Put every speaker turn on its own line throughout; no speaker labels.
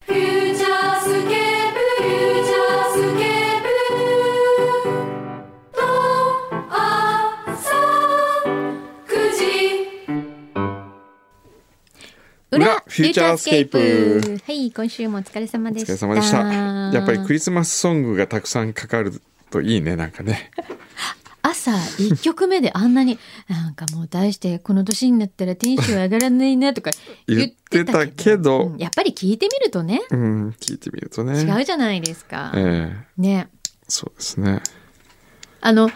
フューチャースケープフューチャースケープと朝9時
裏フューチャースケープ
はい今週もお疲れ様で
お
し
疲
た
れ様でしたやっぱりクリスマスソングがたくさんかかるといいねなんかね
朝一曲目であんなに なんかもう題してこの年になったらテンション上がらないなとか言
言
っ
って
た
てた
けど
けど
うんやっぱり聞いてみるとね
うん聞いてみるとね
違うじゃないですか、
ええ
ね
そうですね
あのフ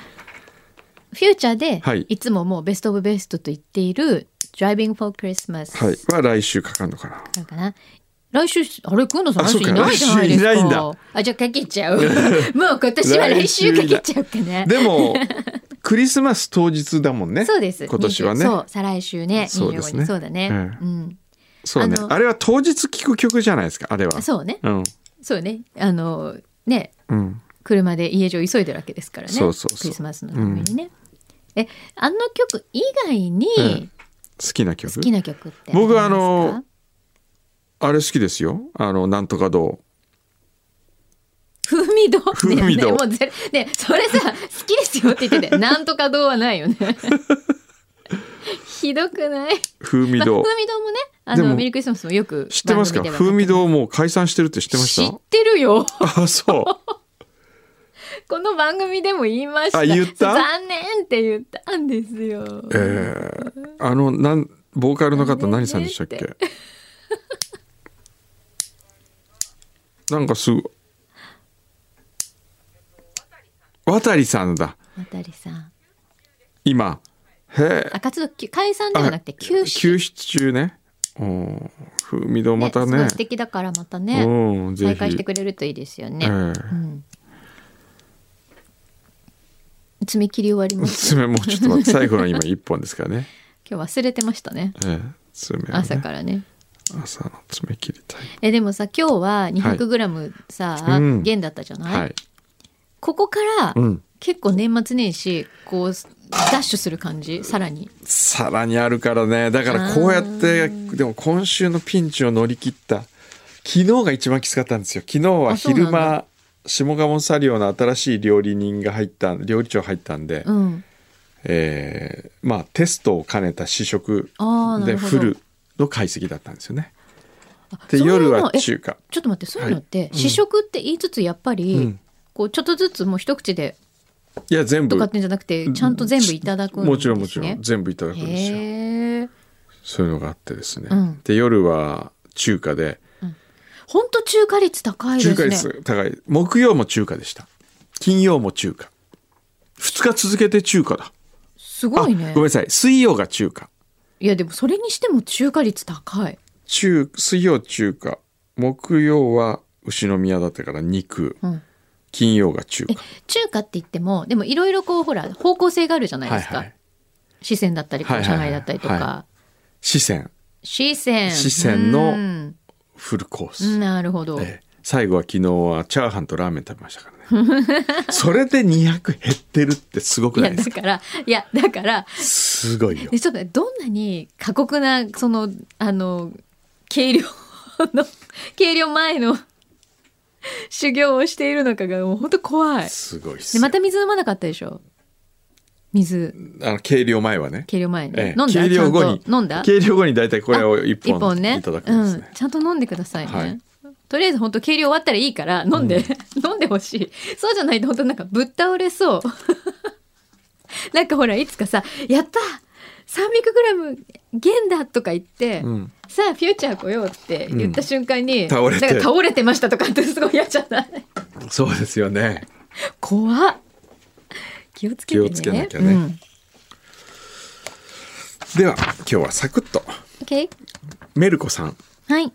ューチャーで、
はい
い、つももうベストオブベストと言っている「Driving for Christmas」
はいは来週かかるのかな
なんかな来週あれくんのさん
あ
来週い
そうか
ないじゃないですか
来週いないんだ
あじゃあかけちゃう もう今年は来週かけちゃうかね
でも クリスマス当日だもんね
そうです。
今年はね
20そう、再来週ね、
そ
25
うで
日。
す
そう
ね
だね、
う
うん。
そうね
あの
あれは当日聞く曲じゃないですかあれは
あそうね。
うん
そうね。あの、ね、
うん
車で家路急いでるわけですからね。
そうそうそう
クリスマスのためにね。え、あの曲以外
うん
に
好きな曲
好きな曲ってありますか、
僕はあのあれ好きですよあのなんとかど
風味堂ね
風味堂
ねもうゼロね、それさ、好きですよって言って て、なんとか堂はないよね。ひどくない、
う風味
まあ、風味
堂
堂もね、あ
で
の、
も
メリークリスマスもよく
知ってますか
番組では
風味堂もう解散してるって知ってま
知
し
ってるよ。
たあそう
この番組でも言いました。
あ言った
残念って言ったんですよ。
えーあのなんボーカルの方何さんでしたっ
ね
け なんかすごい渡りさんだ
渡さん。
今へえ
あ、活動き解散ではなくて休止。
休止中ねうん風味堂また
すご
ね
い素敵だからまたね。
うんぜ
再開して
ひ
くれるといいですよね。
ええ
うん。爪切り終わります。
爪もうちょっ と待って最後の今一本ですからね
今日忘れてましたね。
ええ爪をね
朝からね。
朝の爪切りたい
え、でもさ、今日は 200g さ、
うん
減だったじゃない、
はい
ここから、
うん
結構年末年始、こう、ダッシュする感じさらに。
さらにあるからねだからこうやってでも今週のピンチを乗り切った昨日が一番きつかったんですよ昨日は
あそうなんだ
昼間下鴨サリオの新しい料理人が入った料理長入ったんで、
うん。
えーまあテストを兼ねた試食
あーな
で
るほど
フルの解析だったんですよね
そう
で
いうの
夜は
え
中華
ちょっと待ってそういうのって、
はいうん
試食って言いつつやっぱり、
うん
こうちょっとずつもう一口で
いや全
と
部
かってんじゃなくてちゃんと全部いただくんです、ね、
もちろんもちろん全部いただくんですよ
へえ
そういうのがあってですね、
うん
で夜は中華で
本当中華率高いです
中
ね
華率高い木曜も中華でした金曜も中華2日続けて中華だ
すごいね
あごめんなさい水曜が中華
いやでもそれにしても中華率高い
中水曜中華木曜は牛の宮だったから肉、
うん
金曜が中華
え中華って言ってもでもいろいろこうほら方向性があるじゃない
は
で
い
すか、
はい
四川だったりこ
は
う
いは
上
いはい
海だったりとか、
は四川
四川
四川
う
の
ん
フルコース、
なるほど、
ええ最後は昨日はチャーハンとラーメン食べましたからね それで200減ってるってすごく
い
な
や
い
だ
ですか
からいやだから
すごいよ
でちょっとねどんなに過酷なそのあの計量の計量前の修行をしているのかがもう本当怖い
すごいっす
で
よ
また水飲まなかったでしょ水
あの計量前はね
計量前に、
ええ
飲んだ
計量後に
ちゃんと飲んだ
計量後に大体これを一
一
本
本ね
いただくんです
うん
ね、
ちゃんと飲んでくださいね、
はい
とりあえず本当計量終わったらいいから飲んで、 飲んでほしいそうじゃないと本当なんかぶっ倒れそう なんかほらいつかさ「やった 300g 減だ!」とか言って、
うん
さあフューチャー来ようって言った瞬間に、
ん倒れて
なんか倒れてましたとかってすごい嫌じゃない
そうですよね
怖っ気をつけてね
気をつけなきゃね
うん
では今日はサクッと
OK
メルコさん
はい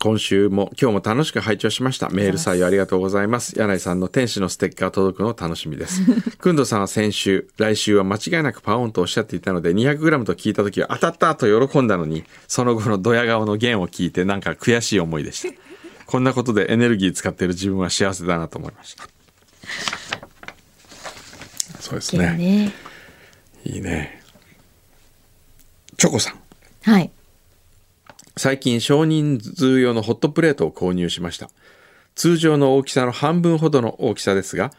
今週も今日も楽しく拝聴しましたメール採用ありがとうございます柳井さんの天使のステッカー届くのを楽しみです くんどさんは先週来週は間違いなくパオンとおっしゃっていたので 200g と聞いた時は当たったと喜んだのにその後のドヤ顔の弦を聞いてなんか悔しい思いでしたこんなことでエネルギー使ってる自分は幸せだなと思いましたそうですね
ね
いいねチョコさん
はい
最近少人数用のホットプレートを購入しました通常の大きさの半分ほどの大きさですが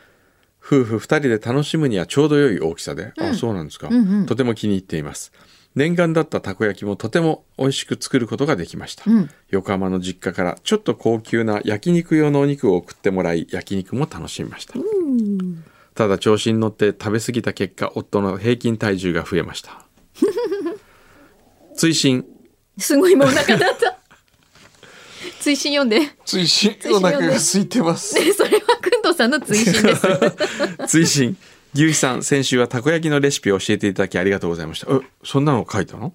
夫婦2人で楽しむにはちょうど良い大きさで、あそうなんですか、とても気に入っています念願だったたこ焼きもとても美味しく作ることができました、横浜の実家からちょっと高級な焼肉用のお肉を送ってもらい焼肉も楽しみました、ただ調子に乗って食べ過ぎた結果夫の平均体重が増えました 追伸
すごい今お腹だった追伸読んで
追伸
伸お腹が空
いてます
でそれはくんどさんの追伸です
追伸牛肥さん先週はたこ焼きのレシピを教えていただきありがとうございましたえそんなの書いたの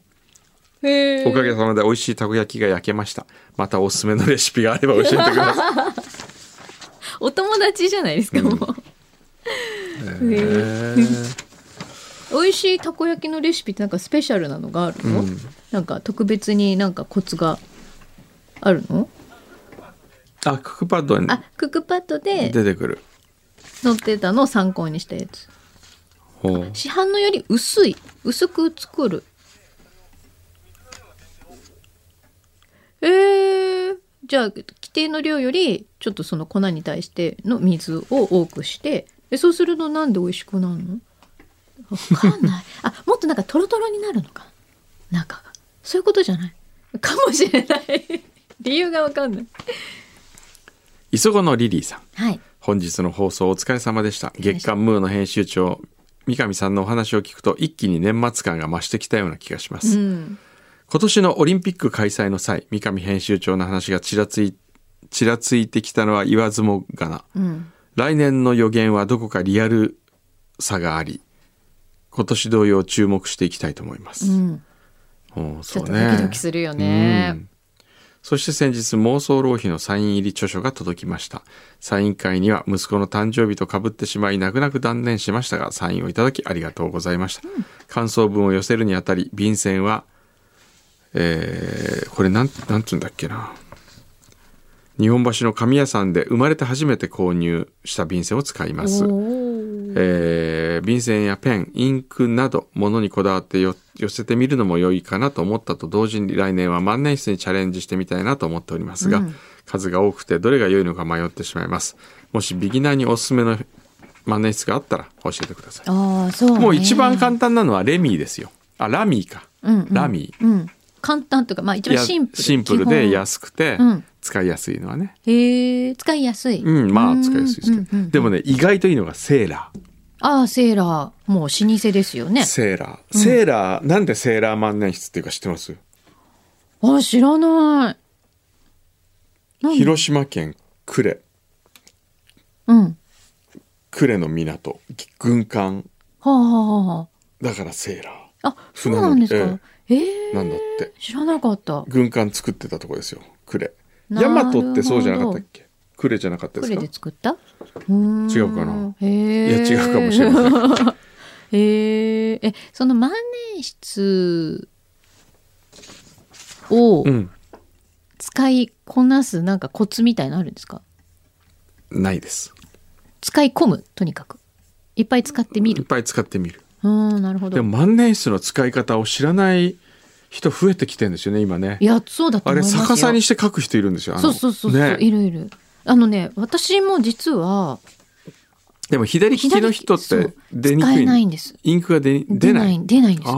へ
おか
ー
げさまで美味しいたこ焼きが焼けましたまたおすすめのレシピがあれば教えてください
お友達じゃないですかもう、 へ
へ
ー
ー
美味しいたこ焼きのレシピってなんかスペシャルなのがあるの、なんか特別になんかコツがあるの
あクックパッドに
あクックパッドで
出てくる
載ってたのを参考にしたやつ
ほう
市販のより薄い薄く作るえー、じゃあ規定の量よりちょっとその粉に対しての水を多くしてえそうするとなんで美味しくなるのわかん ないあもっとなんかトロトロになるのか中がそういうことじゃないかもしれない 理由がわかんない
磯子のリリーさん
はい
本日の放送お疲れ様でした月刊ムーの編集長三上さんのお話を聞くと一気に年末感が増してきたような気がします、
うん
今年のオリンピック開催の際三上編集長の話がちらついちらついてきたのは言わずもがな
うん
来年の予言はどこかリアルさがあり今年同様注目していきたいと思いま
う
す、
ん
うん、
ち
そ
ょっ
う
と
ね
ドキドキするよね
うんそして先日妄想浪費のサイン入り著書が届きましたサイン会には息子の誕生日とかぶってしまい泣く泣く断念しましたがサインをいただきありがとうございました、感想文を寄せるにあたり便箋はえーこれなんなんつうんだっけな日本橋の紙屋さんで生まれて初めて購入した便箋を使います
おー
えー便箋やペンインクなどものにこだわってよ寄せてみるのも良いかなと思ったと同時に来年は万年筆にチャレンジしてみたいなと思っておりますが、数が多くてどれが良いのか迷ってしまいますもしビギナーにおすすめの万年筆があったら教えてください
ああそう、ね、
もう一番簡単なのはレミーですよあラミーか、
うんうん
ラミー
うん、簡単というか、まあ、一番
や
シンプル
シンプルで
基本
安くて
うん
使いやすいのはね
へえ使いやすい、
うんまあ使いやすいですけ
う
ど、
んうんうん
でもね意外といいのがセーラー
ああセーラーもう老舗ですよね
セーラーセーラー、なんでセーラー万年筆っていうか知ってます
あ知らないなんで
広島県呉
うんは
呉の港軍艦
あ、はあは
だからセーラ
あ、あそう
船
な
乗り
んですかええ
ーなんだって
知らなかった
軍艦作ってたとこですよ呉
なる
大
ほど
和ってそうじゃなかったっけ呉じゃなかった
こ
で
れ
すか
で作ったうーん
違うかな
へえ
いや違うかもしれま
せんへええその万年筆を
うん
使いこなすなんかコツみたいのあるんですか
ないです
使い込むとにかくいっぱい使ってみ
いっ
る
ぱい使ってみる
うんなるほ
で
ど
も万年筆の使い方を知らない人増えてきてるんですよね今ね
いやそうだと
あ
思い
れ
ますよ
逆さにして書く人いるんですよあの
そうそうそうそう、
ね
いるいるあのね私も実は
でも左利きの人っ
左利
て
きそう
出に
使
く
え
い
ないんです
インクが出に
出
出
な
ない
い出ないんです
あ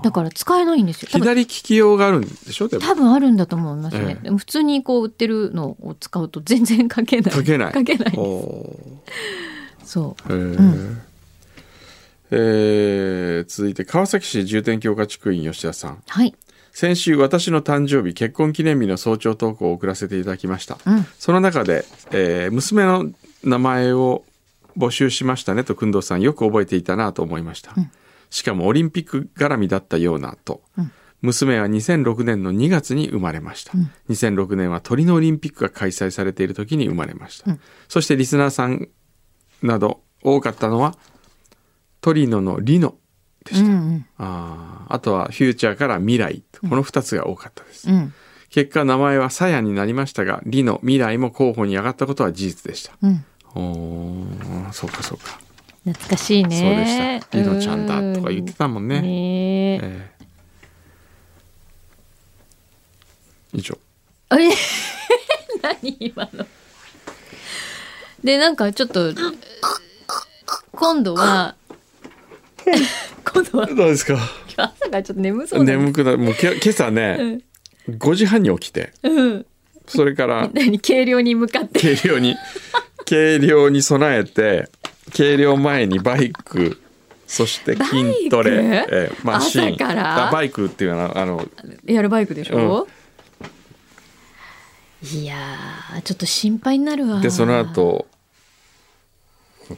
あ
だから使えないんですよ多分
左利き用があるんでしょでも
多分あるんだと思いますね、
ええ
でも普通にこう売ってるのを使うと全然書けない
書けない
書けない
おー
そ
へーえー続いて川崎市重点教科地区員吉田さん
うはい
先週私の誕生日結婚記念日の早朝投稿を送らせていただきました、
うん
その中で、えー娘の名前を募集しましたねと工藤さんよく覚えていたなと思いました、しかもオリンピック絡みだったようなと、娘は2006年の2月に生まれました、2006年は鳥のオリンピックが開催されている時に生まれました、そしてリスナーさんなど多かったのはトリノのリノでした、
うん
あーあとはフューチャーから未来この2つが多かったです、
うん
結果名前はサヤになりましたがリノ未来も候補に上がったことは事実でした、
うん
おーそうかそうか、
懐かしいね
そうでしたリノちゃんだとか言ってたもんね、
ねえ
ええ以上
あれ 何今の。で、なんかちょっと、今度は、 今度は、
どうですか
朝がちょっと眠そうなん
眠くなるもうけ今朝ね、5時半に起きて
うん。
それ から
何軽量に向かって。
軽量に軽量に備えて軽量前にバイクそして筋トレ、
バイク
ええマシン
朝から
あバイクっていうのはあの
エアロバイクでしょ、いやー、ちょっと心配になるわ。
でその後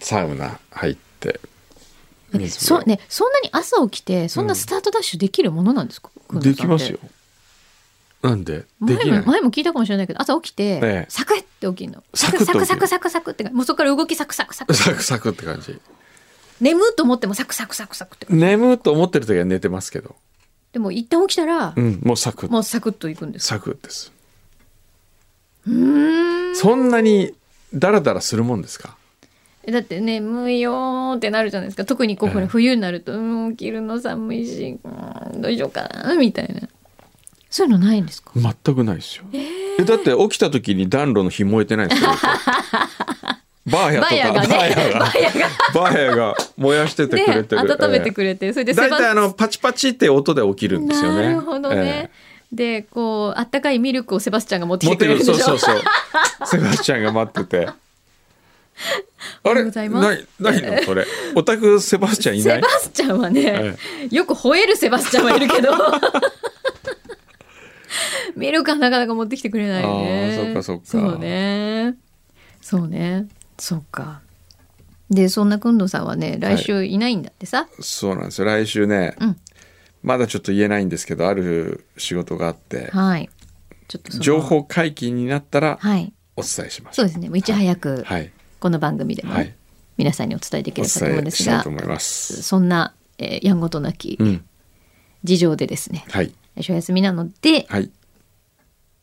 サウナ入って
えそねそんなに朝起きてそんなスタートダッシュできるものなんですか、くんど
で
うさ
き
んっ
ま
て
すよなんでで
前
きな
も
い
前も聞いたかもしれないけど朝起きて、
ええ
サクッて起きるの
サクッと起きる
サクサクサクサクってもうそこから動きサクサクサク
サクサクって感じ
眠うと思ってもサクサクサクサクって
眠うと思ってる時は寝てますけど、
でも一旦起きたら、
うん、もうサクッ
もうサクッといくんです
サクッですそんなにダラダラするもんですか
えだって眠いよーってなるじゃないですか特にこう、
ええ
ほら冬になるとうん起きるの寒いしうーんどうしようかなみたいなそういうのないんですか
全くないですよ、えだって起きた時に暖炉の火燃えてないです よバーヤと
バ
か
ヤがね
バーヤが
バヤが
バーヤが燃やしててくれてる、
ね温めてく
れ
れて、それで
大
背番
体あのパチパチって音で起きるんですよね
なるほどね。で、こう、あったかいミルクをセバスチャンが持っ
ええ
てきて
持っ
く
てく
れる
る
でし
そ
ょ
うそうそうセバスチャンが 待っててあ
がとう
れ
ござ
ないい
ます
ないのそれオタクセバスチャンいな
セ
い
バスチャンはね
え、
よく吠えるセバスチャンはいるけ ど、ミルクはなかなか持ってきてくれないよね。
あーそっかそっか
そうね。そうね。そうか。で、そんなくんどさんはね、来週いないんだってさ。
そうなんですよ来週ね、
うん
まだちょっと言えないんですけどある仕事があって
はい。ちょっとその
情。報解禁になったら
はい。
お伝えします
そうですね。もういち早く、
はい
この番組でも
はい
皆さんにお伝えでき
お
ればと思うん
伝
で
え
す
したい
が
と。思います
そんな、えーやんごとなき
うん
事情でですね、
はい
来週お休みなので、
はい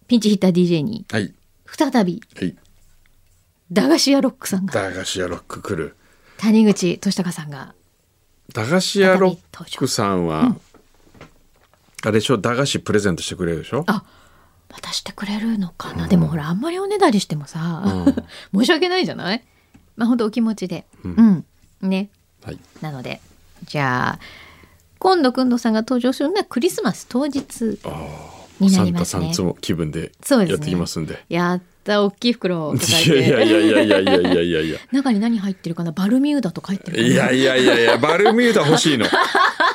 ピンチヒッター DJ に
はい
再び
はい
駄菓子屋ロックさんが、
駄菓子屋ロック来る
谷口俊孝さんが、
駄菓子屋ロックさんは、あれでしょ駄菓子プレゼントしてくれるでしょ
あ渡してくれるのかな、でもほら、あんまりおねだりしてもさ、 申し訳ないじゃないまあ本当お気持ちで。うん。ね。
はい
なので、じゃあ、今度くんどさんが登場するのはクリスマス当日にな
サ
り
ン
ま
タ
す
さ
ね
ん。つも気分で
そうですね
やってきますんで
やった、大きい袋を抱え
いや
て。
いやいやいやいやいやいやいやいや
中に何入ってるかなバルミューダとか入ってるかない
やいやいやいや、バルミューダ欲しいの。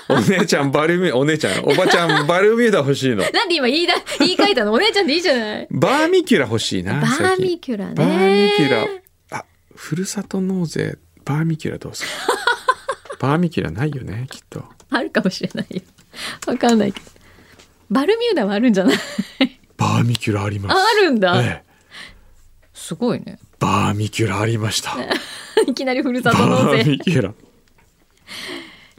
お姉ちゃんバルミューダ、お姉ちゃん、おばちゃんバルミューダ欲しいの。
なんで今言いだ言い換えたのお姉ちゃんでいいじゃない
バーミキュラ欲しいな。
バ
最
ー
近
ミキュラね
バーミキュラ。あ、ふるさと納税、バーミキュラどう するバーミキュラないよね、きっと。
あるかもしれないよわかんないけどバルミューダはあるんじゃない
バーミキュラあります。
あるんだ
ええ
すごいね
バーミキュラありました。
いきなりふるさ
バ
と納
ー
税
ミキュラ。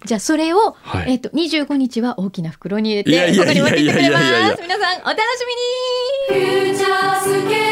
じゃあそれを、
はい
えっ、と25日は大きな袋に入れて
いやい
こ
や
こ
い
に持っ
や
て
い
きて
や
く
いやい
れ
や
ま
いや
す皆さんお楽しみに
フューチャースケ